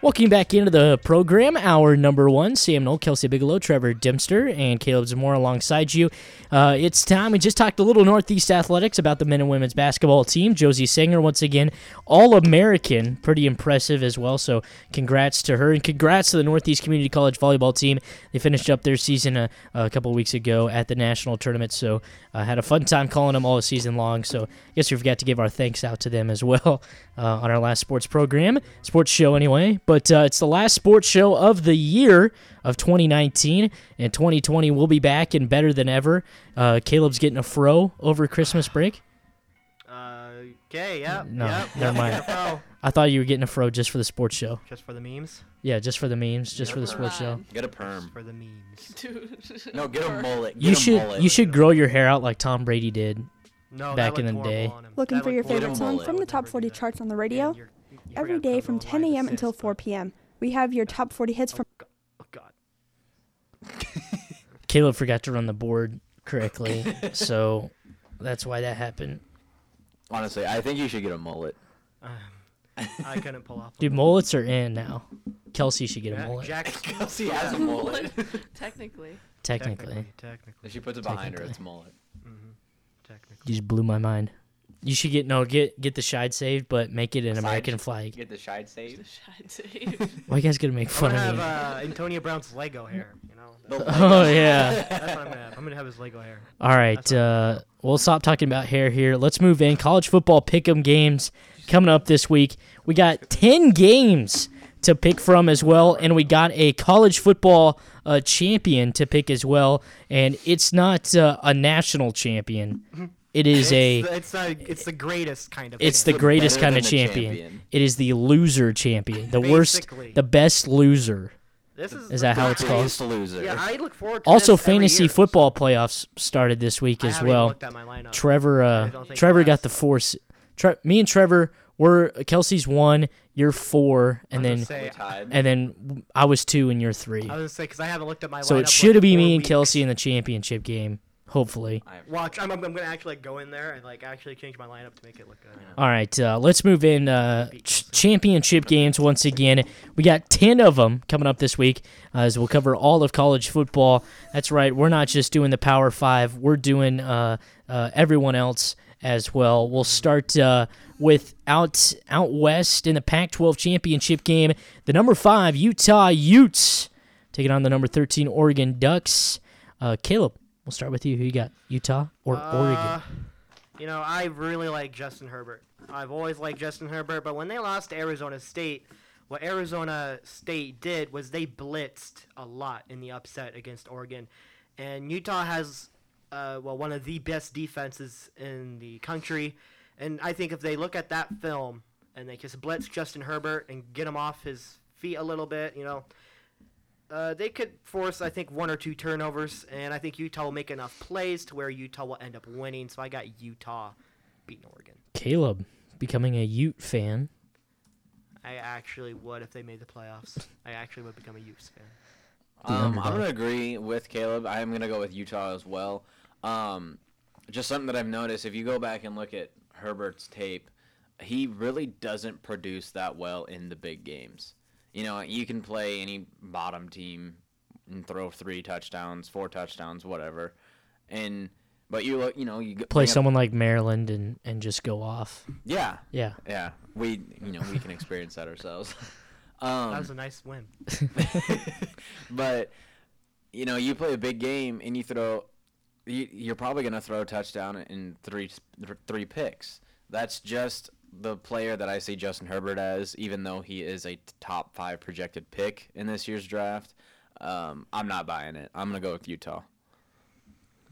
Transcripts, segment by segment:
Welcome back into the program, our number one, Sam Noel, Kelsey Bigelow, Trevor Dempster, and Caleb Zamora alongside you. Uh, it's time. We just talked a little Northeast athletics about the men and women's basketball team. Josie Singer, once again, All American, pretty impressive as well. So congrats to her, and congrats to the Northeast Community College volleyball team. They finished up their season uh, a, a couple weeks ago at the national tournament, so uh, had a fun time calling them all season long. So I guess we forgot to give our thanks out to them as well uh, on our last sports program, sports show anyway. But uh, it's the last sports show of the year of 2019, and 2020 will be back and better than ever. Uh, Caleb's getting a fro over Christmas break. Uh, okay, yep. No, yep, never yep, mind. yeah, bro. I thought you were getting a fro just for the sports show. Just for the memes. Yeah, just for the memes, just for the sports show. Run. Get a Just perm. for the memes. Dude. No, get a mullet. Get You a should mullet. you should grow your hair out like Tom Brady did. No, Back that in looked the day. horrible on him. Looking That for your looked horrible. Get favorite 'em song all from in. the Would top never 40 do that. charts on the And radio. you're- you forgot Every to day put from it on 10 live a.m. until assist, 4 but- p.m. We have your top 40 hits from. Oh God. Caleb forgot to run the board correctly, so that's why that happened. Honestly, I think you should get a mullet. I couldn't pull off. the Dude, mullet. mullets are in now. Kelsey should get a Ja- mullet. Jack's Kelsey has a mullet. Technically. technically, technically, Mm-hmm. If she puts it behind her, it's a mullet. technically. you just blew my mind. You should get no get get the shide saved, but make it an Side American sh- flag. Get the shide The saved. shot save. Why you guys gonna make I'm fun gonna of have me? uh, Antonio Brown's Lego hair. You know, that's, oh yeah. that's what I'm gonna have. I'm gonna have his Lego hair. All right, uh, we'll stop talking about hair here. Let's move in. College football pick'em games coming up this week. We got ten games to pick from as well, and we got a college football uh, champion to pick as well. And it's not uh, a national champion; it is It's, a the- it's the it's the greatest kind of. it's the thing. greatest better kind of than the champion. champion. It is the loser champion, the worst, Basically. the best loser. This is, Is the that how it's greatest- called? Biggest loser. Yeah, I look forward. to Also, this every fantasy year. football playoffs started this week I as haven't well. Even looked at my lineup. Trevor, I uh, don't think Trevor Travis- got the four. se- Tre- me and Trevor were Kelsey's one, you're four, and I'm then gonna say, We're tied. and then I was two and you're three. I was gonna say because I haven't looked at my lineup. So it like, should be four me and weeks. Kelsey in the championship game, hopefully. Watch, I'm, I'm I'm gonna actually like go in there and like actually change my lineup to make it look good. All right, uh, let's move in uh, ch- championship games once again. We got ten of them coming up this week, uh, as we'll cover all of college football. That's right, we're not just doing the Power Five; we're doing uh, uh, everyone else as well. We'll start uh, with out out west in the Pac-12 championship game. The number five Utah Utes taking on the number thirteen Oregon Ducks. Uh, Caleb, we'll start with you. Who you got? Utah or Oregon? Uh, You know, I really like Justin Herbert. I've always liked Justin Herbert, but when they lost to Arizona State, what Arizona State did was they blitzed a lot in the upset against Oregon. And Utah has, uh, well, one of the best defenses in the country. And I think if they look at that film and they just blitz Justin Herbert and get him off his feet a little bit, you know, uh, they could force, I think, one or two turnovers, and I think Utah will make enough plays to where Utah will end up winning. So I got Utah beating Oregon. Caleb becoming a Ute fan. I actually would if they made the playoffs. I actually would become a Utes fan. Um, I'm gonna agree with Caleb. I'm gonna go with Utah as well. Um, just something that I've noticed. If you go back and look at Herbert's tape, he really doesn't produce that well in the big games. You know, you can play any bottom team and throw three touchdowns, four touchdowns, whatever, and but you look, you know, you play someone. someone like Maryland and and just go off. Yeah, Yeah. yeah. We, you know, we can experience that ourselves. That Um, was a nice win. but you know, you play a big game and you throw, you, you're probably gonna throw a touchdown in three s- th- three picks. That's just the player that I see Justin Herbert as, even though he is a t- top five projected pick in this year's draft. Um, I'm not buying it. I'm gonna go with Utah.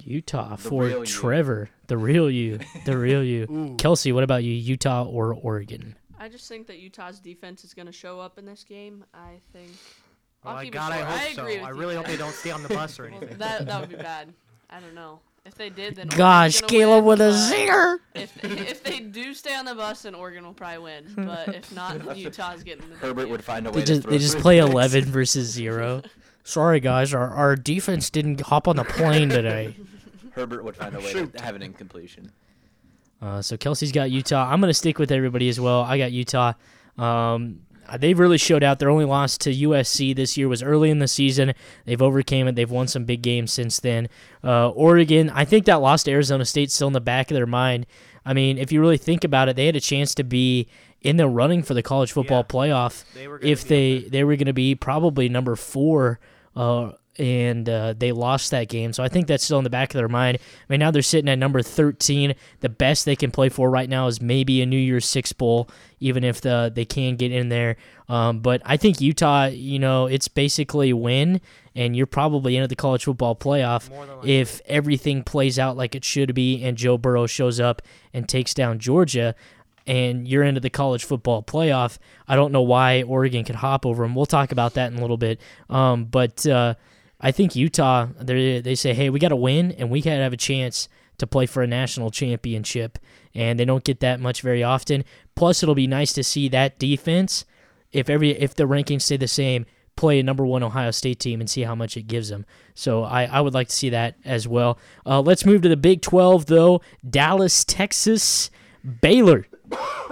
Utah real for you. Trevor, the real you, the real you. Kelsey, what about you? Utah or Oregon? I just think that Utah's defense is going to show up in this game. I think. Oh I'll my keep it God, I short. hope so. agree with I you really hope they guys. don't stay on the bus or Well, anything. that, that would be bad. I don't know. If they did, then Gosh, Oregon's gonna Caleb win, with a but zinger. If, if they do stay on the bus, then Oregon will probably win. But if not, then Utah's getting the Herbert W. would find a way They just to throw. they just three play picks. eleven versus zero. Sorry guys, our our defense didn't hop on the plane today. Herbert would find a way to have an incompletion. Uh, so Kelsey's got Utah. I'm gonna stick with everybody as well. I got Utah. Um, uh, they really showed out. Their only loss to USC this year was early in the season. They've overcame it. They've won some big games since then. Uh, Oregon, I think that loss to Arizona State's still in the back of their mind. I mean, if you really think about it, they had a chance to be in the running for the college football Yeah. playoff They were gonna if be they they were going to be probably number four. Uh, and uh, they lost that game, so I think that's still in the back of their mind. I mean, now they're sitting at number 13. The best they can play for right now is maybe a New Year's Six bowl, even if the they can get in there. Um, but I think Utah, you know, it's basically win, and you're probably in at the college football playoff More than likely. if everything plays out like it should be, and Joe Burrow shows up and takes down Georgia and you're into the college football playoff. I don't know why Oregon could hop over them. We'll talk about that in a little bit. Um, but uh, I think Utah, they they say, hey, we got to win and we got to have a chance to play for a national championship, and they don't get that much very often. Plus, it'll be nice to see that defense if every if the rankings stay the same play a number one ohio state team and see how much it gives them so i, I would like to see that as well uh, let's move to the big 12 though dallas texas baylor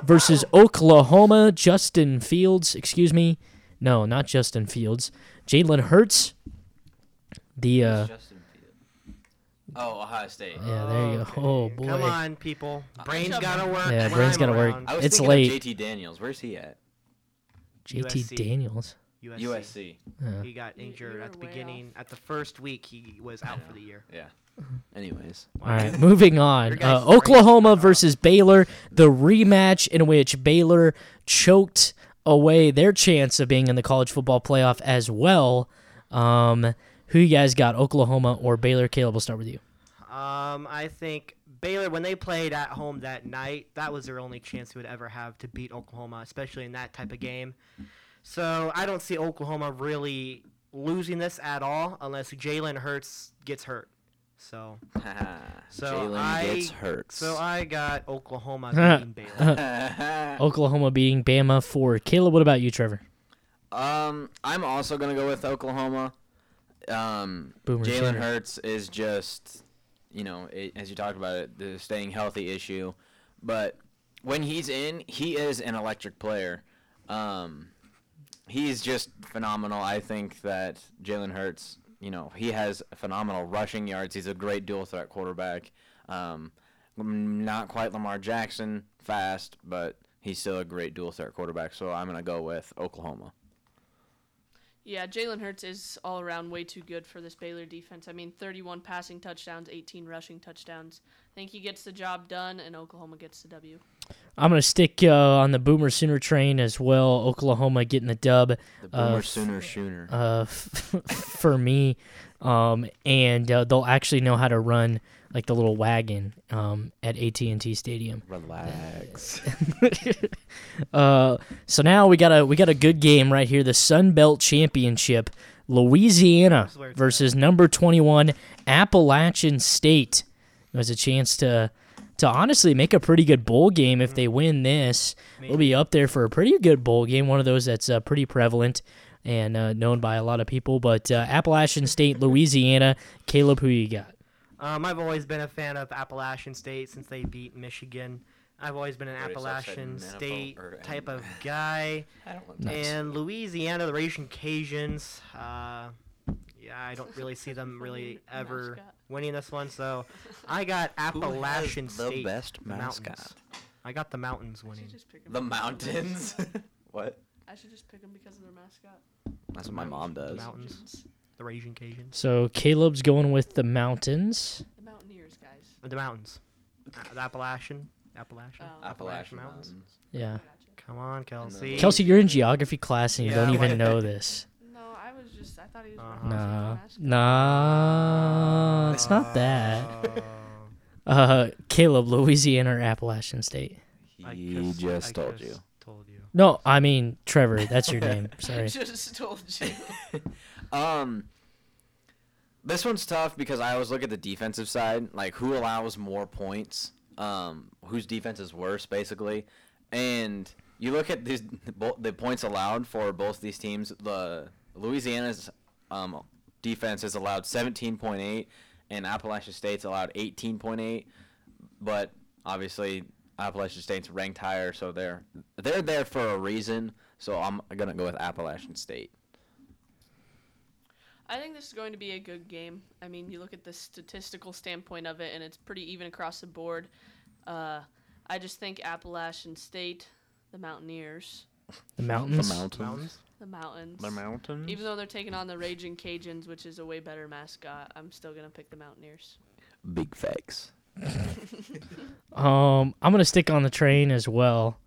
versus oklahoma justin fields excuse me no not justin fields jalen hurts the uh, Justin Fields. Oh, Ohio State. yeah there you go oh boy Come on, people. Brain's Shove gotta work. Yeah, when brain's I'm gotta work. around. I was It's thinking of late. JT Daniels. Where's he at? jt USC. daniels USC. USC. He got You- injured you at the were way beginning. At the first week, he was out for the year. Yeah. Anyways. All right, moving Your on. guys' Uh, brains Oklahoma versus Baylor, the rematch in which Baylor choked away their chance of being in the college football playoff as well. Um, who you guys got, Oklahoma or Baylor? Caleb, we'll start with you. Um, I think Baylor, when they played at home that night, that was their only chance they would ever have to beat Oklahoma, especially in that type of game. So I don't see Oklahoma really losing this at all unless Jalen Hurts gets hurt. So, so Jalen I gets hurt. so I got Oklahoma beating Baylor. Oklahoma being Bama for Caleb. What about you, Trevor? Um, I'm also gonna go with Oklahoma. Um, Boomer Jalen Sooner. Hurts is just, you know, it, as you talked about it, the staying healthy issue. But when he's in, he is an electric player. Um, he's just phenomenal. I think that Jalen Hurts, you know, he has phenomenal rushing yards. He's a great dual threat quarterback. Um, m- not quite Lamar Jackson fast, but he's still a great dual threat quarterback. So I'm gonna go with Oklahoma. Yeah, Jalen Hurts is all around way too good for this Baylor defense. I mean, 31 passing touchdowns, 18 rushing touchdowns. I think he gets the job done, and Oklahoma gets the W. I'm gonna stick uh, on the Boomer Sooner train as well. Oklahoma getting the dub. The Uh, Boomer Sooner Sooner. uh, f- for me, um, and uh, they'll actually know how to run like the little wagon um, at AT&T Stadium. Relax. Uh, so now we got a we got a good game right here, the Sun Belt Championship, Louisiana is where it's versus number 21 Appalachian State. It was a chance to to honestly make a pretty good bowl game if they win this. We'll be up there for a pretty good bowl game, one of those that's uh, pretty prevalent and uh, known by a lot of people. But uh, Appalachian State, Louisiana, Caleb, who you got? Um, I've always been a fan of Appalachian State since they beat Michigan. I've always been an Notice I said Appalachian Manifold State or- type of guy. I don't want Nice. And Louisiana, the Racing Cajuns, uh, yeah, I don't really see them really Funny ever mascot. winning this one. So I got Appalachian State. the best mountains. mascot? I got the mountains I winning. should just pick him. The mountains. what? I should just pick him because of their mascot. That's what my mom does. Mountains. The Raging Cajuns. So Caleb's going with the mountains. The Mountaineers, guys. The mountains. Uh, the Appalachian. Appalachian. Oh. Appalachian mountains. Yeah, Come on, Kelsey. Kelsey, you're in geography class and you Yeah, don't even what- know this. No, I was just. I thought he was. Uh-huh. No, no, uh, it's Uh, not that. Oh. Uh, Caleb, Louisiana or Appalachian State? I He just- just I told just you. Told you. No, I mean Trevor. That's your name. I Sorry. just told you. Um, this one's tough because I always look at the defensive side, like who allows more points, um, whose defense is worse, basically. And you look at these bo- the points allowed for both these teams. The Louisiana's um, defense is allowed 17.8, and Appalachian State's allowed 18.8. But obviously, Appalachian State's ranked higher, so they're they're there for a reason. So I'm gonna go with Appalachian State. I think this is going to be a good game. I mean, you look at the statistical standpoint of it, and it's pretty even across the board. Uh, I just think Appalachian State, the Mountaineers, The mountains. Mountains. the mountains. mountains. Even though they're taking on the Raging Cajuns, which is a way better mascot, I'm still gonna pick the Mountaineers. Big facts. Um, I'm gonna stick on the train as well,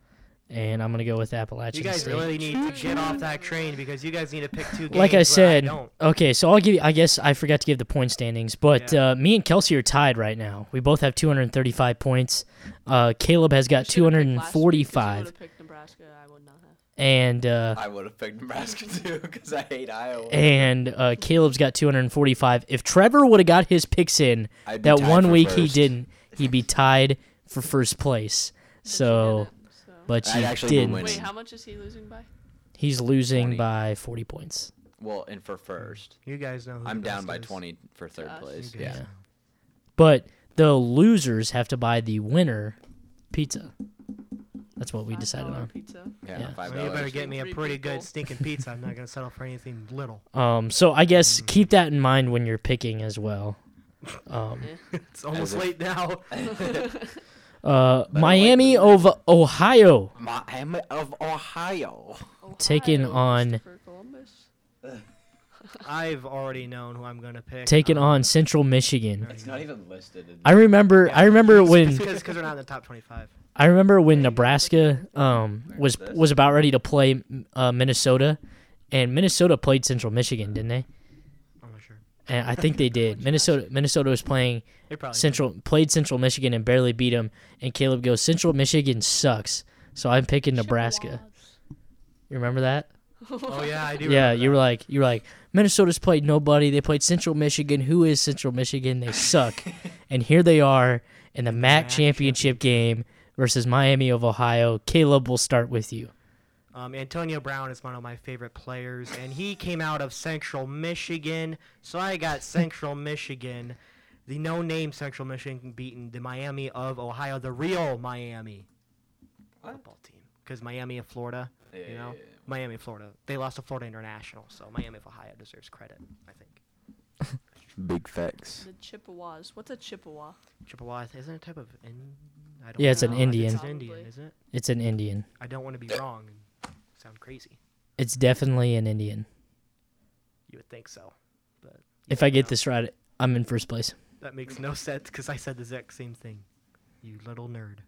and I'm gonna go with You Appalachian guys State. really need to get off that train because you guys need to pick two games. like where I said, don't. okay, so I'll give you. I guess I forgot to give the point standings, but uh, me and Kelsey are tied right now. We both have 235 points. Uh, Caleb has got Should've picked last week 'cause you 245, would've picked Nebraska. I would not have. and uh, I would have picked Nebraska too because I hate Iowa. and uh, Caleb's got 245. If Trevor would have got his picks in I'd be that tied one for week he first. didn't, he'd be tied for first place. So, Didn't, so- but I'd you actually be didn't. winning. Wait, how much is he losing by? He's losing 20. by 40 points. Well, and for first, you guys know. Who I'm the down best by is. 20 for third us. place. Okay. Yeah. Yeah. But the losers have to buy the winner pizza. That's what we Five decided dollar on. Pizza. Yeah. Yeah. Five Well, you better dollars. get me a Three pretty people. good stinking pizza. I'm not gonna settle for anything little. Um, so I guess Mm. keep that in mind when you're picking as well. Um, It's almost if- late now. uh, Miami of Ohio Miami of Ohio. Taken Ohio, on- Christopher Columbus. I've already known who I'm gonna pick. Um, taking on Central Michigan. It's not even listed. In I remember. I remember when. because they're not in the top 25. I remember when Nebraska um, was this. was about ready to play uh, Minnesota, and Minnesota played Central Michigan, didn't they? I'm not sure. And I think they did. Minnesota Minnesota was playing They probably Central played Central Michigan and barely beat them. And Caleb goes, Central Michigan sucks, so I'm picking Nebraska. You remember that? Oh yeah, I do. yeah, remember you that. were like, you were like, Minnesota's played nobody. They played Central Michigan. Who is Central Michigan? They suck. and here they are in the MAC MAC championship game versus Miami of Ohio. Caleb, we'll start with you. Um, Antonio Brown is one of my favorite players, and he came out of Central Michigan, so I got Central Michigan, the no-name Central Michigan beaten the Miami of Ohio, the real Miami football team, because Miami of Florida, you know, Miami of Florida, they lost to Florida International, so Miami of Ohio deserves credit, I think. Big facts. The Chippewas. What's a Chippewa? Chippewa isn't it a type of in? I don't Yeah, it's an know. I think Indian. It's an Indian, Probably. isn't it? It's an Indian. I don't want to be wrong and sound crazy. It's definitely an Indian. You would think so, but you If I don't get know. this right, I'm in first place. That makes no sense because I said the exact same thing. You little nerd.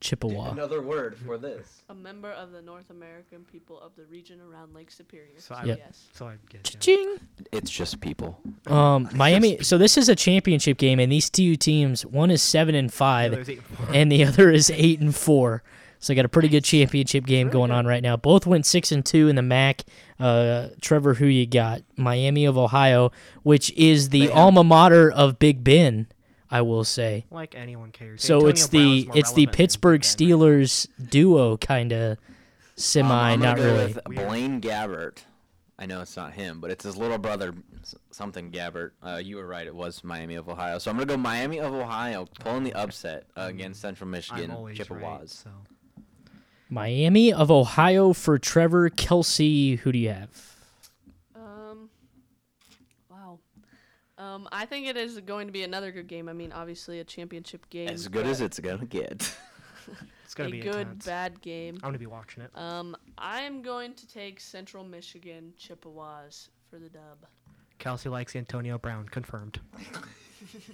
Chippewa. Another word for this. A member of the North American people of the region around Lake Superior. So I- Yep. yes. So I get you. Ching. It's just people. Um, Miami. So this is a championship game, and these two teams, one is seven and Yeah, five, there's eight and four. and the other is eight and four. So got a pretty good championship game going on right now. Both went six and two in the MAC. Uh, Trevor, who you got? Miami of Ohio, which is the alma mater of Big Ben, I will say. Like anyone cares. So Antonio it's Brown's the more it's the relevant than Pittsburgh Ben. Steelers duo kind of semi, Um, I'm not gonna go really. With Blaine Gabbert. I know it's not him, but it's his little brother, s- something Gabbert. Uh, you were right; it was Miami of Ohio. So I'm gonna go Miami of Ohio, pulling the upset uh, against Central I'm Michigan always right. Chippewas. So Miami of Ohio for Trevor Kelsey. Who do you have? Um. Wow. Um, I think it is going to be another good game. I mean, obviously a championship game. As good but as it's gonna get. it's gonna a be good intense. bad game. I'm gonna be watching it. Um, I'm going to take Central Michigan Chippewas for the dub. Kelsey likes Antonio Brown. Confirmed.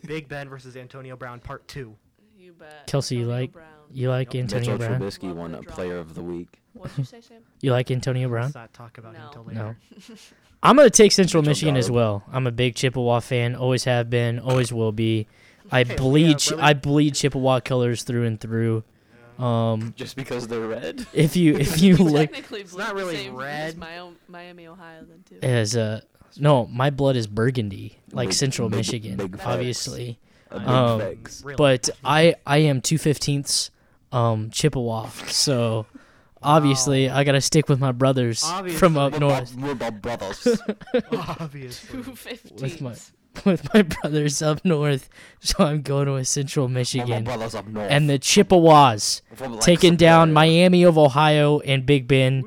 Big Ben versus Antonio Brown, part two. You bet. Kelsey, you Antonio like Brown. you like Yep. Antonio Mitchell Brown? Trubisky won a Player of the Week. What'd you say, Sam? You like Antonio Brown? Let's not talk about him No. until No. later. I'm gonna take Central Mitchell Michigan as Dog. well. I'm a big Chippewa fan. Always have been. Always will be. I yeah, bleed. Chi- brother. I bleed Chippewa colors through and through. Um, Just because they're red. if you if you look Technically, not Blake really Sam is red. Mio- Miami, Ohio, then too. as a no, my blood is burgundy, like Big- Central big- Michigan, big facts. obviously. A big Um, facts. Really. But I I am two fifteenths, um, Chippewa. So obviously I gotta stick with my brothers from Obviously. up north. We're both brothers. obviously. Two With my- fifteens. with my brothers up north, so I'm going to Central My Michigan brothers up north. and the Chippewas From, like, taking down Superior. Miami of Ohio and Big Ben.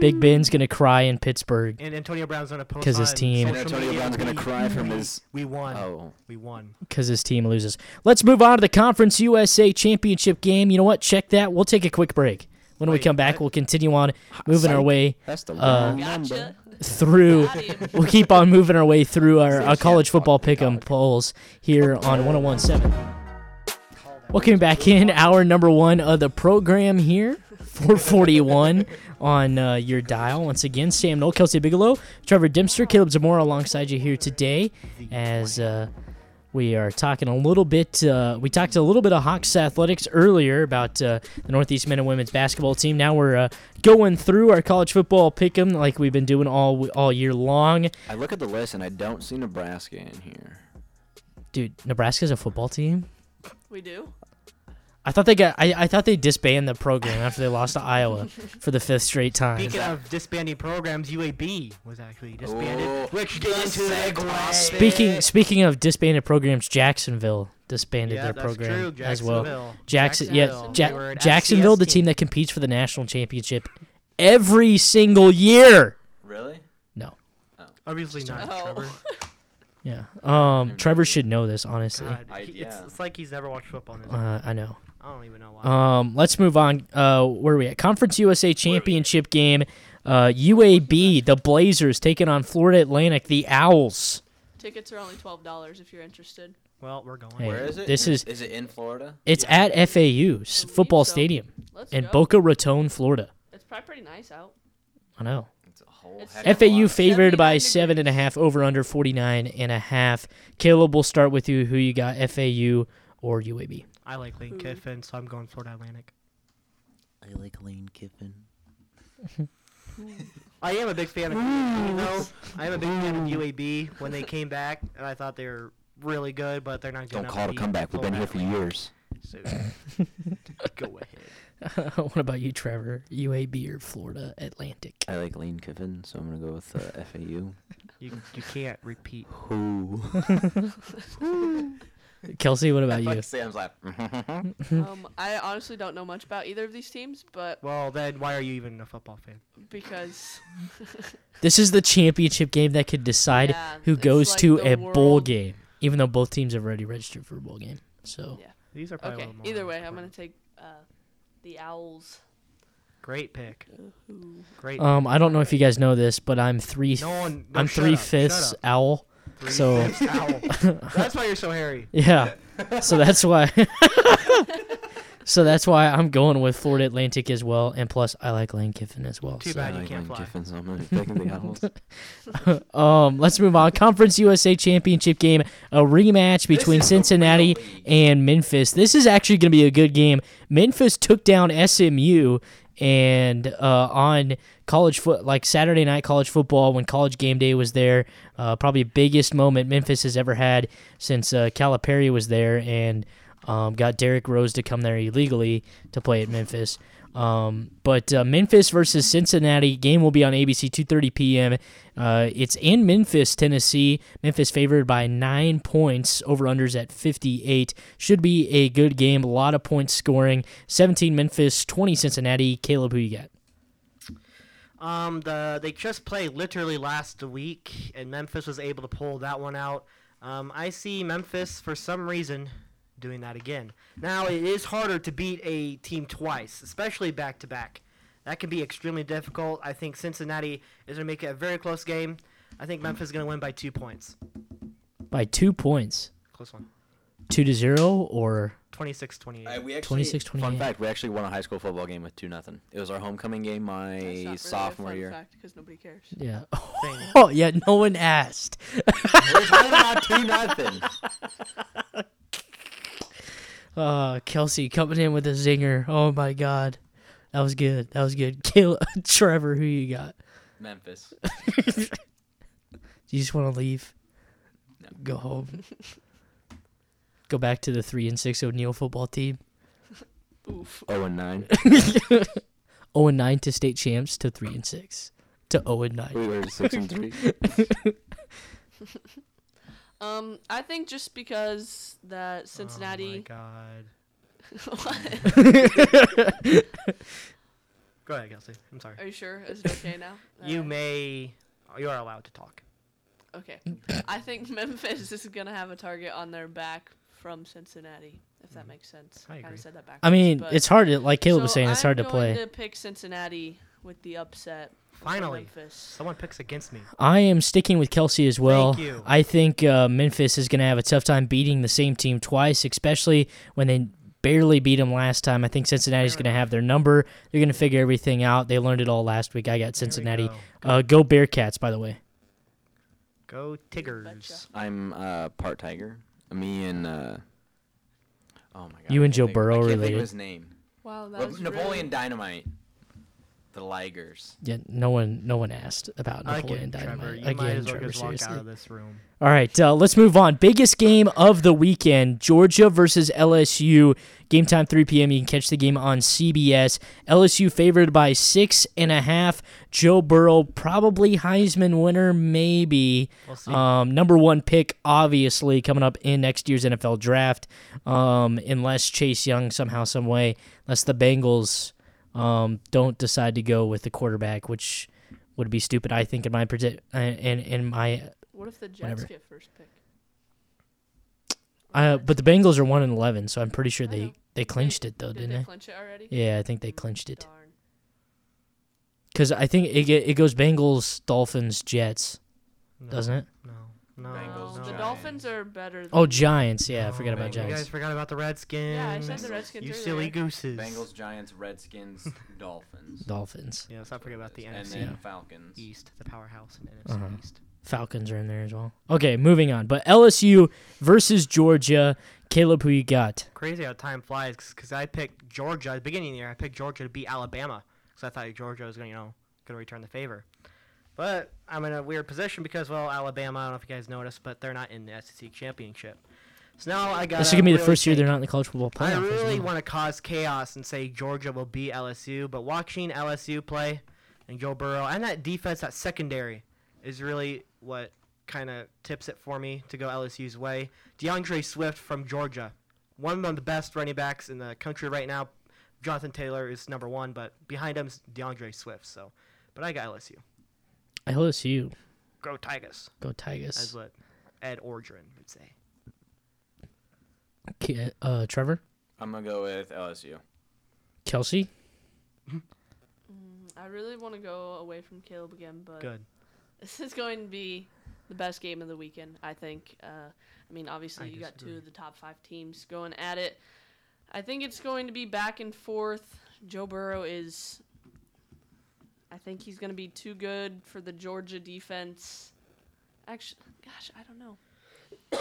Big Ben's gonna cry in Pittsburgh And Antonio Brown's gonna post 'Cause his on team- And social Antonio media, Brown's gonna "We- cry from his. We won. Oh, We won. because his team loses. Let's move on to the Conference USA Championship game. You know what? Check that. We'll take a quick break. When we Wait, come back, what? we'll continue on moving our Psych. way that's the Uh, wrong number. Gotcha. through. Got him. we'll keep on moving our way through our, our college football fucking pick'em polls here on 1017. Welcome back in hour number one of the program here, 441 on uh, your dial. Once again, Sam Noel, Kelsey Bigelow, Trevor Dempster, Caleb Zamora alongside you here today as uh, we are talking a little bit. Uh, we talked a little bit of Hawks athletics earlier about uh, the Northeast men and women's basketball team. Now we're uh, going through our college football pick'em like we've been doing all all year long. I look at the list and I don't see Nebraska in here. Dude, Nebraska's a football team. We do. I thought they got. I, I thought they disbanded the program after they lost to Iowa for the fifth straight time. Speaking of disbanding programs, UAB was actually disbanded. Ooh, which gets into segue. the Speaking speaking of disbanded programs, Jacksonville disbanded Yeah, their that's program true, as well. Jacksonville. Jackson, yeah, Jacksonville. They were ja- an Jacksonville, the FCS team team. that competes for the national championship every single year. Really? No, Obviously not, Oh. Trevor. yeah. Um, Trevor should know this, honestly. God, I- he- it's, yeah. it's like he's never watched football. In his life. Uh, I know. I don't even know why. uh, Um, let's move on. Uh, where are we at? Conference USA Championship game. Uh, UAB, the Blazers taking on Florida Atlantic, the Owls. Tickets are only twelve dollars if you're interested. well, we're going. Hey. Where is it? This is- Is it in Florida? It's at FAU 's football so. stadium Let's in go. Boca Raton, Florida. It's probably pretty nice out. I know. It's a whole It's- heck of a FAU lot. favored by 79 seven and a half, over under 49 and a half. Caleb, we'll start with you. Who you got, FAU or UAB? I like Lane Ooh. Kiffin, so I'm going Florida Atlantic. I like Lane Kiffin. I am a big fan of you know, I am a big fan of UAB when they came back, and I thought they were really good, but they're not good Don't enough call it to a beat comeback. We've been here Florida for years. Atlantic, so Go ahead. what about you, Trevor? UAB or Florida Atlantic? I like Lane Kiffin, so I'm gonna go with uh, FAU. You, you can't repeat. Who? Kelsey, what about you? Sam's like. Mhm. um, I honestly don't know much about either of these teams, but Well, then why are you even a football fan? because This is the championship game that could decide Yeah, who it's goes like to the a bowl world- game, even though both teams have already registered for a bowl game. So, Yeah. These are probably okay, a little either more way, I'm gonna important. take uh, the Owls. Great pick. Great. um, I don't know if you guys know this, but I'm three. no one. no, I'm shut three up, shut fifths up. owl. so- Three-fifths owl. That's why you're so hairy. Yeah. So that's why. so that's why I'm going with Florida Atlantic as well, and plus I like Lane Kiffin as well. Too so- I bad you like can't Lane fly. Kiffin, so I'm gonna be picking the Owls. Um, let's move on. Conference USA Championship game, a rematch between is the real Cincinnati league. and Memphis. This is actually going to be a good game. Memphis took down SMU, and uh, on college foot like Saturday night college football when College Game Day was there, uh, probably biggest moment Memphis has ever had since uh, Calipari was there, and um, got Derrick Rose to come there illegally to play at Memphis. Um, but uh, Memphis versus Cincinnati game will be on ABC 2:30 p.m. Uh, it's in Memphis, Tennessee. Memphis favored by nine points. Over unders at 58. Should be a good game. A lot of points scoring. 17 Memphis, 20 Cincinnati. Caleb, who you got? Um, the they just played literally last week, and Memphis was able to pull that one out. Um, I see Memphis for some reason doing that again. Now it is harder to beat a team twice, especially back to back. That can be extremely difficult. I think Cincinnati is going to make it a very close game. I think Memphis is going to win by two points. By two points, Close one. two to zero, or 26-28. Uh, we actually, 26, Fun 28. fact: We actually won a high school football game with two nothing. It was our homecoming game my sophomore year. because nobody cares. yeah. Thing. Oh yeah, no one asked. We're talking about two nothing. Uh, Kelsey coming in with a zinger. Oh my god, that was good. That was good. Caleb, Trevor, who you got? Memphis. Do you just want to leave? No. Go home. Go back to the three and six O'Neal football team. Oof. Oh and nine. Zero Oh and nine to state champs to three and oh six to zero and nine. We were six and three. Um, I think just because Oh that my Cincinnati. God. What? Go ahead, Kelsey. I'm sorry. Are you sure? Is it okay now? You Alright. may. You are allowed to talk. Okay. I think Memphis is going to have a target on their back from Cincinnati, if that makes sense. Mm. I kinda agree. said that backwards. I mean, but- it's hard. To, like Caleb So was saying, it's hard I'm to going play. to pick Cincinnati with the upset. over Finally. Memphis. Someone picks against me. I am sticking with Kelsey as well. Thank you. I think uh, Memphis is going to have a tough time beating the same team twice, especially when they barely beat them last time. I think Cincinnati's going to have their number. They're going to figure everything out. They learned it all last week. I got Cincinnati. go. Uh, go Bearcats, by the way. Go betcha. Tiggers. I'm uh, part tiger. Me and uh, oh my god. You I and can't Joe think of- Burrow I can't Think related. of his name. Wow, that Well, was Napoleon really- Dynamite. The Ligers. Yeah, no one, no one asked about I Napoleon get Trevor. Dynamite You again. might as well Trevor, just walk seriously. out of this room. All right, uh, let's move on. Biggest game of the weekend: Georgia versus LSU. Game time 3 p.m. You can catch the game on CBS. LSU favored by six and a half. Joe Burrow probably Heisman winner, maybe. We'll see. Um, number one pick, obviously, coming up in next year's NFL draft, um, unless Chase Young somehow, some way, unless the Bengals um, don't decide to go with the quarterback, which would be stupid, I think, in my predi- uh, in in my What if the Jets Whatever. get first pick? Uh, but the Bengals are one and eleven, so I'm pretty sure I they know. they clinched it though, Did didn't they they? clinch it already? Yeah, I think they clinched it Darn. because I think it ge- it goes Bengals, Dolphins, Jets, No, doesn't it? No. Oh, No. Bengals, No, no. the Giants. Dolphins are better. Than Oh, Giants. Yeah, I Oh, forgot about Bengals. You guys Giants. forgot about the Redskins. Yeah, I said the Redskins You earlier. silly gooses. Bengals, Giants, Redskins, Dolphins. Dolphins, Yes, I forgot about the and NFC then Yeah. Falcons. East, the powerhouse in NFC Uh-huh. East. Falcons are in there as well. Okay, moving on. But LSU versus Georgia. Caleb, who you got? Crazy how time flies, because I picked Georgia at the beginning of the year. I picked Georgia to beat Alabama, because I thought Georgia was gonna, you know, gonna return the favor. But I'm in a weird position because, well, Alabama. I don't know if you guys noticed, but they're not in the SEC championship. So now I got. This is gonna be the first year they're not in the college football I playoff. really isn't it? want to cause chaos and say Georgia will beat LSU, but watching LSU play and Joe Burrow and that defense, that secondary, is really what kind of tips it for me to go LSU's way. DeAndre Swift from Georgia, one of the best running backs in the country right now. Jonathan Taylor is number one, but behind him's DeAndre Swift. So, but I got LSU. LSU. Go Tigers, Go as Tigers. what Ed Orgeron would say. K- Uh, Trevor, I'm gonna go with LSU. Kelsey. I really want to go away from Caleb again, but Good. this is going to be the best game of the weekend, I think. Uh, I mean, obviously, I you got two disagree. of the top five teams going at it. I think it's going to be back and forth. Joe Burrow is. I think he's going to be too good for the Georgia defense. Actually, gosh, I don't know.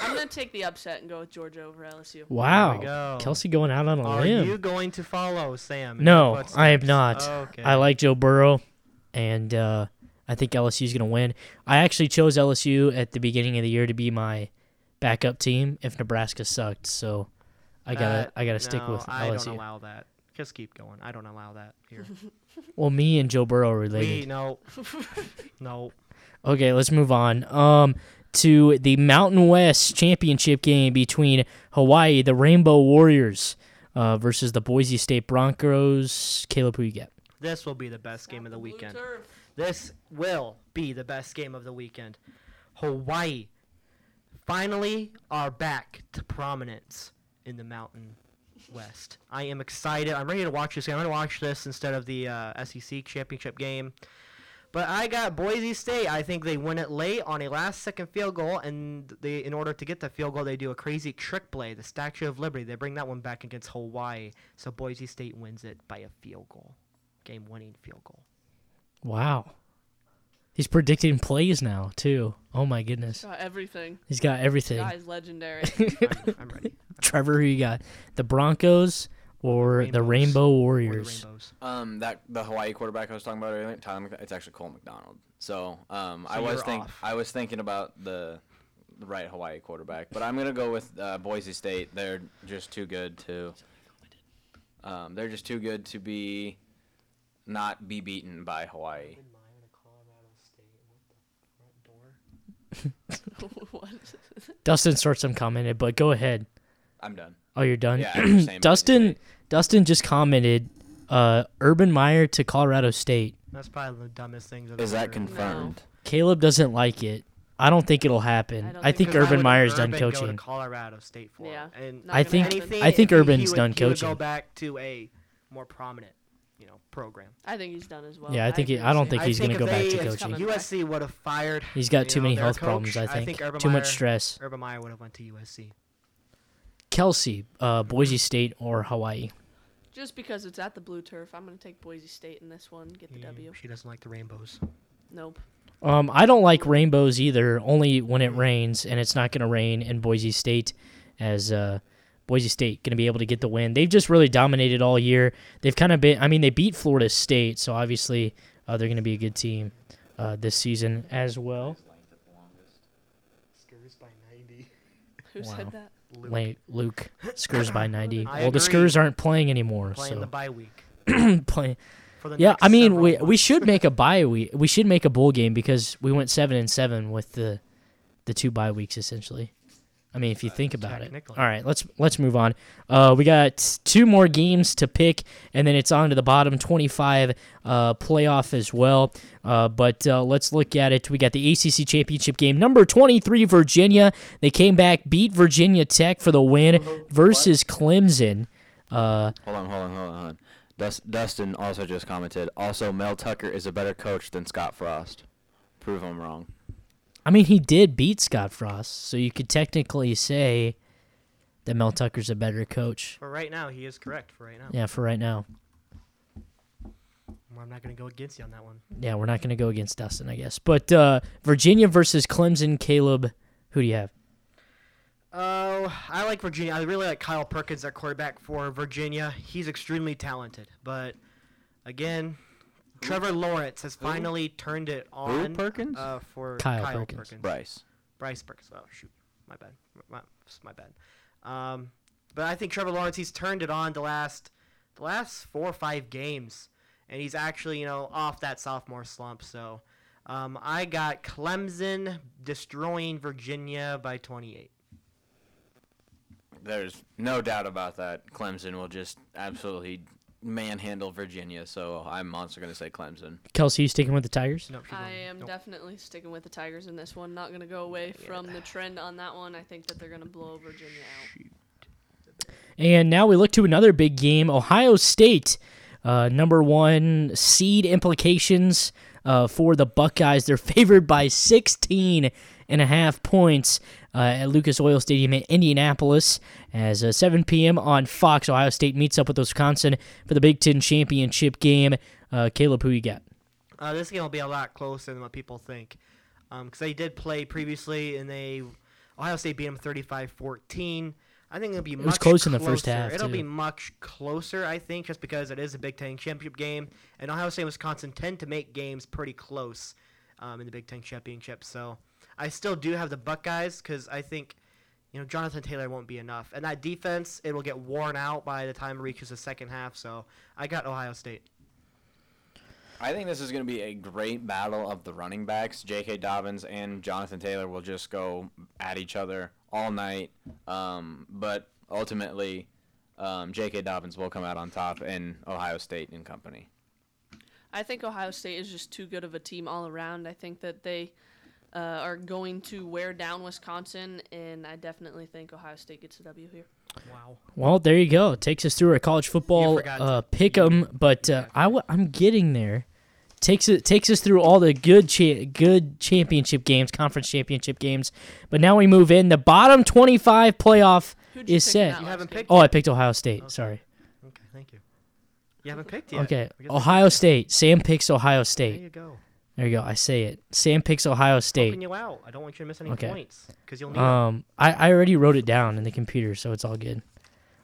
I'm going to take the upset and go with Georgia over LSU. Wow. go. Kelsey going out on a Are limb. you going to follow Sam? in No, his I am footsteps? not. Okay. I like Joe Burrow, and uh, I think LSU is going to win. I actually chose LSU at the beginning of the year to be my backup team if Nebraska sucked. So I gotta Uh, I gotta stick no, with I LSU. don't allow that. Just keep going. I don't allow that here. Well, me and Joe Burrow are we related. no, no. Okay, let's move on. Um, to the Mountain West Championship game between Hawaii, the Rainbow Warriors, uh, versus the Boise State Broncos. Caleb, who you get? This will be the best game of the weekend. This will be the best game of the weekend. Hawaii finally are back to prominence in the Mountain West. I am excited. I'm ready to watch this game. I'm going to watch this instead of the uh, SEC championship game. But I got Boise State. I think they win it late on a last-second field goal, and they, in order to get the field goal, they do a crazy trick play, the Statue of Liberty. They bring that one back against Hawaii, so Boise State wins it by a field goal, game-winning field goal. Wow. He's predicting plays now too. Oh my goodness. Got everything. He's got everything. Guy's legendary. I'm, I'm ready. Trevor, who you got? The Broncos or the Rainbows. Rainbow Or the Warriors? rainbows. Um, that the Hawaii quarterback I was talking about earlier, Tyler, Mc- it's actually Cole McDonald. So, um, I So was you're think off. I was thinking about the, the right Hawaii quarterback, but I'm gonna go with uh, Boise State. They're just too good to. Um, they're just too good to be, not be beaten by Hawaii. Colorado State. What the front door? What? Dustin Sortsum commented, but go ahead. I'm done. Oh, you're done. Yeah, I understand what you're Dustin saying. Dustin just commented, uh, Urban Meyer to Colorado State. That's probably the dumbest thing. Is that confirmed? Caleb doesn't like it. I don't think it'll happen. I don't I think think so. Urban Meyer's Urban done Go to coaching. Colorado State for him. Yeah, And not I gonna think- happen. anything, I think if he- he Urban's would- done he Would coaching. go back to a more prominent, you know, program. I think he's done as well. Yeah, I think he- agree I don't with you. think he's I gonna go if back to they- if coaching. USC would have fired. He's got you too know, many their health coach, problems, I think. Urban too Meyer- much stress. Urban Meyer would have went to USC. Kelsey, uh, Boise State or Hawaii. Just because it's at the blue turf, I'm gonna take Boise State in this one. Get the W. She doesn't like the rainbows. Nope. Um, I don't like rainbows either, only when Mm. it rains, and it's not going to rain in Boise State, as uh, Boise State going to be able to get the win. They've just really dominated all year. They've kind of been, I mean, they beat Florida State, so obviously uh, they're going to be a good team uh, this season as well. Scurs by 90. Who Wow. said that? Luke Luke, Luke Skurs by 90. I well, the agree. Skurs aren't playing anymore, playing so the bye week. play, For the Yeah, next I mean, several we we months. should make a bye week. We should make a bowl game because we went seven and seven with the the two bye weeks essentially. I mean, Uh, if you think about it. technically. All right, let's let's move on. Uh, we got two more games to pick, and then it's on to the bottom twenty-five uh, playoff as well. Uh, but uh, let's look at it. We got the ACC championship game, number twenty-three, Virginia. They came back, beat Virginia Tech for the win versus Clemson. Uh, Hold on, hold on, hold on, hold on. Dus- Dustin also just commented. Also, Mel Tucker is a better coach than Scott Frost. Prove I'm wrong. I mean, he did beat Scott Frost, so you could technically say that Mel Tucker's a better coach. For right now, he is correct. For right now, Yeah, for right now. Well, I'm not going to go against you on that one. Yeah, we're not going to go against Dustin, I guess. But uh, Virginia versus Clemson, Caleb, who do you have? Oh, I like Virginia. I really like Kyle Perkins, their quarterback for Virginia. He's extremely talented, but again, Trevor Lawrence has finally turned it on. Perkins? Uh, for Kyle Kyle, Perkins. Perkins. Bryce. Bryce Perkins. Oh shoot, my bad. My, my bad. Um, but I think Trevor Lawrence he's turned it on the last the last four or five games, and he's actually you know off that sophomore slump. So um, I got Clemson destroying Virginia by 28. There's no doubt about that. Clemson will just absolutely manhandle Virginia. So I'm also going to say Clemson. Kelsey, you sticking with the Tigers? No, she's I on- am nope. definitely sticking with the Tigers in this one. Not gonna go away from the trend on that one. I think that they're gonna blow Virginia out. And now we look to another big game Ohio State, uh, number one seed implications uh, for the Buckeyes. They're favored by 16 and a half points uh, at Lucas Oil Stadium in Indianapolis as uh, 7 p.m. on Fox. Ohio State meets up with Wisconsin for the Big Ten championship game. Uh, Caleb, who you got? Uh, this game will be a lot closer than what people think, because they did play previously and they Ohio State beat them 35-14. I think it'll be much was close in the first closer. half, It'll too. be much closer, I think, just because it is a Big Ten championship game, and Ohio State and Wisconsin tend to make games pretty close um, in the Big Ten championship. So I still do have the Buckeyes because I think you know Jonathan Taylor won't be enough, and that defense it will get worn out by the time it reaches the second half. So I got Ohio State. I think this is going to be a great battle of the running backs. J.K. Dobbins and Jonathan Taylor will just go at each other all night. Um, but ultimately, um, J.K. Dobbins will come out on top in Ohio State and company. I think Ohio State is just too good of a team all around. I think that they uh, are going to wear down Wisconsin, and I definitely think Ohio State gets a W here. Wow. Well, there you go. Takes us through our college football forgot uh, pick 'em, but uh, I w- I'm getting there. Takes it takes us through all the good cha- good championship games, conference championship games, but now we move in. The bottom 25 playoff Who'd you is pick in set. that You last haven't game? picked. Oh, I picked Ohio State. Sorry. Okay, thank you. You haven't picked yet. Okay, We get to- Ohio State. Sam picks Ohio There State. you go. There you go. I say it. Sam picks Ohio Helping State. you out. I don't want you to miss any Okay. points because you'll need. them. Um, I I already wrote it down in the computer, so it's all good.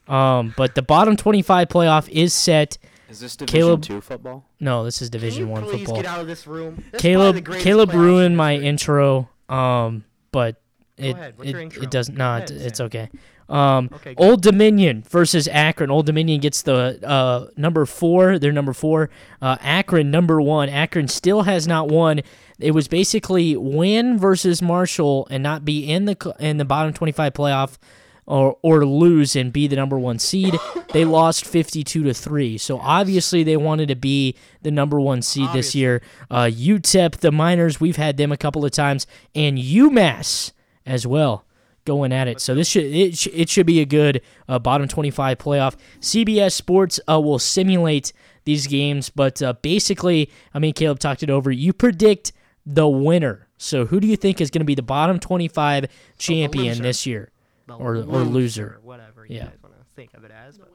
Um, but the bottom 25 playoff is set. Is this Division Caleb- Two football? No, this is Can Division you One please football. get out of this room? This is probably the Caleb greatest Caleb playoff ruined in my history. intro, um, but it ahead, what's it, your intro? it doesn't. No, Go it, ahead, it's Sam. okay. Um, Okay, good. Old Dominion versus Akron. Old Dominion gets the uh, number four. They're number four. Uh, Akron number one. Akron still has not won. It was basically win versus Marshall and not be in the cl- in the bottom twenty five playoff, or or lose and be the number one seed. they lost fifty two to three. So obviously they wanted to be the number one seed this Obviously. year. Uh, UTEP, the Miners, we've had them a couple of times, and UMass as well going at it. So this should it, sh- it should be a good uh, bottom 25 playoff. CBS Sports uh, will simulate these games, but uh, basically, I mean, Caleb talked it over. You predict the winner. So who do you think is going to be the bottom 25 champion loser. this year? The or- or loser. whatever you Yeah. guys want to think of it as. but-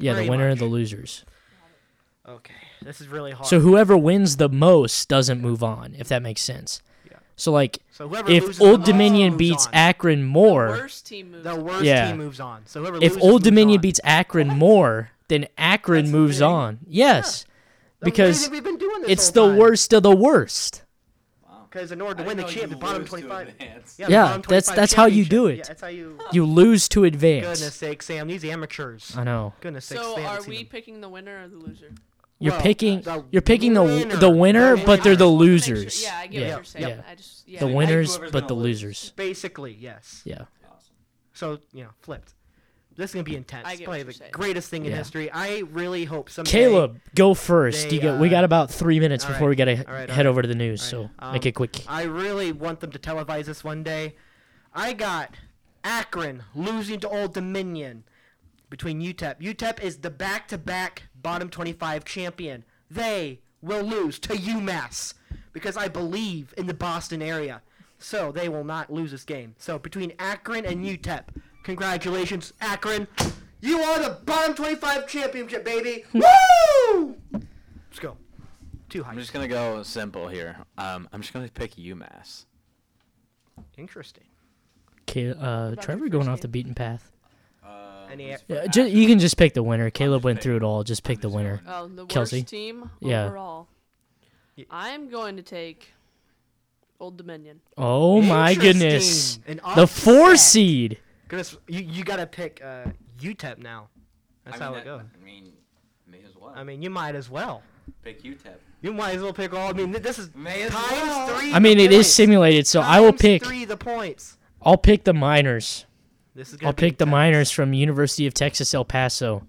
Yeah, the Pretty winner much. and the losers. Okay, this is really hard. So whoever wins the most doesn't move on, if that makes sense. Yeah. So like So whoever loses if the Old most Dominion moves beats on. Akron more, Worst team moves. the worst Yeah. team moves on. So whoever if loses Old moves Dominion on. beats Akron more, then Akron That's a moves thing. on. Yes. That's Because crazy, we've been doing this it's whole the time. worst of the worst. Because in order to win the champ, the bottom twenty-five. Yeah, the Yeah, bottom that's- 25 that's how you do championship. it. Yeah, that's how you. You lose to advance. Goodness sake, Sam, these amateurs. I know. Goodness sake, so Sam, are see we them. picking the winner or the loser? You're Well, picking. the you're picking the winner. the winner, The but they're the I just wanted to make sure- losers. Yeah, I get yeah, what you're saying. yeah. I just yeah. The I- winners, whoever's but gonna the lose. losers. Basically, yes. Yeah. So you know, flipped. This is gonna be intense. I get Probably what you're the saying. greatest thing in Yeah. history. I really hope someday. Caleb, go first. they, you got, we uh, got about three minutes all before right, we gotta all right, all head right, over to the news. all right. So make Um, it quick. I really want them to televise this one day. I got Akron losing to Old Dominion between E UTEP. UTEP is the back-to-back bottom 25 champion. They will lose to UMass because I believe in the Boston area. So they will not lose this game. So between Akron and UTEP, congratulations, Akron. You are the bottom 25 championship, baby. Woo! Let's go. Too high. Hmm. I'm just gonna go simple here. Um, I'm just gonna pick UMass. Interesting. Ca- uh, Trevor going off the beaten path. Uh, Any Yeah, ju- you can just pick the winner. Caleb went through it all. Just pick the winner. Oh, the Kelsey? worst team Yeah. overall. Ye- I'm going to take Old Dominion. Oh my goodness! Interesting. An The four upset. seed. Goodness, you, you gotta pick uh, UTEP now. That's how it goes. I mean, may as well I mean, you might as well. pick E UTEP. You might as well pick all. I mean, th- this is May as times well. three. I mean, the it is points. simulated, so I will Times pick. three the points. I'll pick the miners. This is gonna I'll be pick the intense. miners from University of Texas El Paso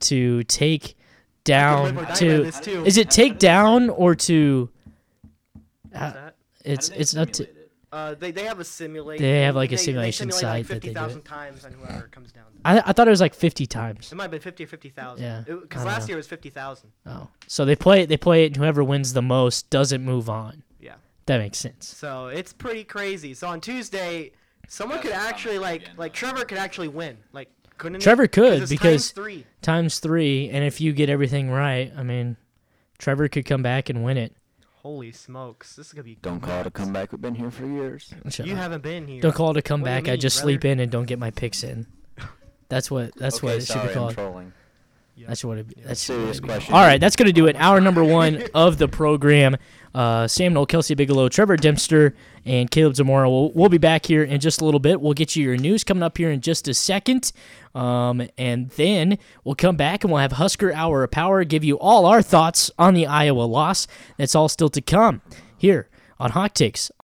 to take live or down die by to this, too. is it take down or to What's that? it's it's not to Uh, they, they have a simulation. They have, like, a they simulation simulate, like, site that they do it. 50,000 times on whoever it comes down. To. I, I thought it was like 50 times It might have been 50 or 50,000. Yeah, I Because don't last know. year it was 50,000. oh so they play it they play it and whoever wins the most doesn't move on Yeah. that makes sense So it's pretty crazy. So on Tuesday, someone could actually like like Trevor could actually win. Like couldn't he? Trevor could, 'Cause it's because- times three. times three and if you get everything right I mean Trevor could come back and win it Holy smokes, this is gonna be. Don't call it a comeback. We've been here for years. Shut You up. haven't been here. don't call it a do you comeback I mean, just brother? sleep in and don't get my picks in that's what that's okay, what it should sorry, be I'm called trolling. That's what it. That's Serious question. All right, that's going to do it. Hour number one of the program. Uh, Sam Noel, Kelsey Bigelow, Trevor Dempster, and Caleb Zamora. We'll, we'll be back here in just a little bit. We'll get you your news coming up here in just a second. Um, and then we'll come back and we'll have Husker Hour of Power give you all our thoughts on the Iowa loss. That's all still to come here on Hot Takes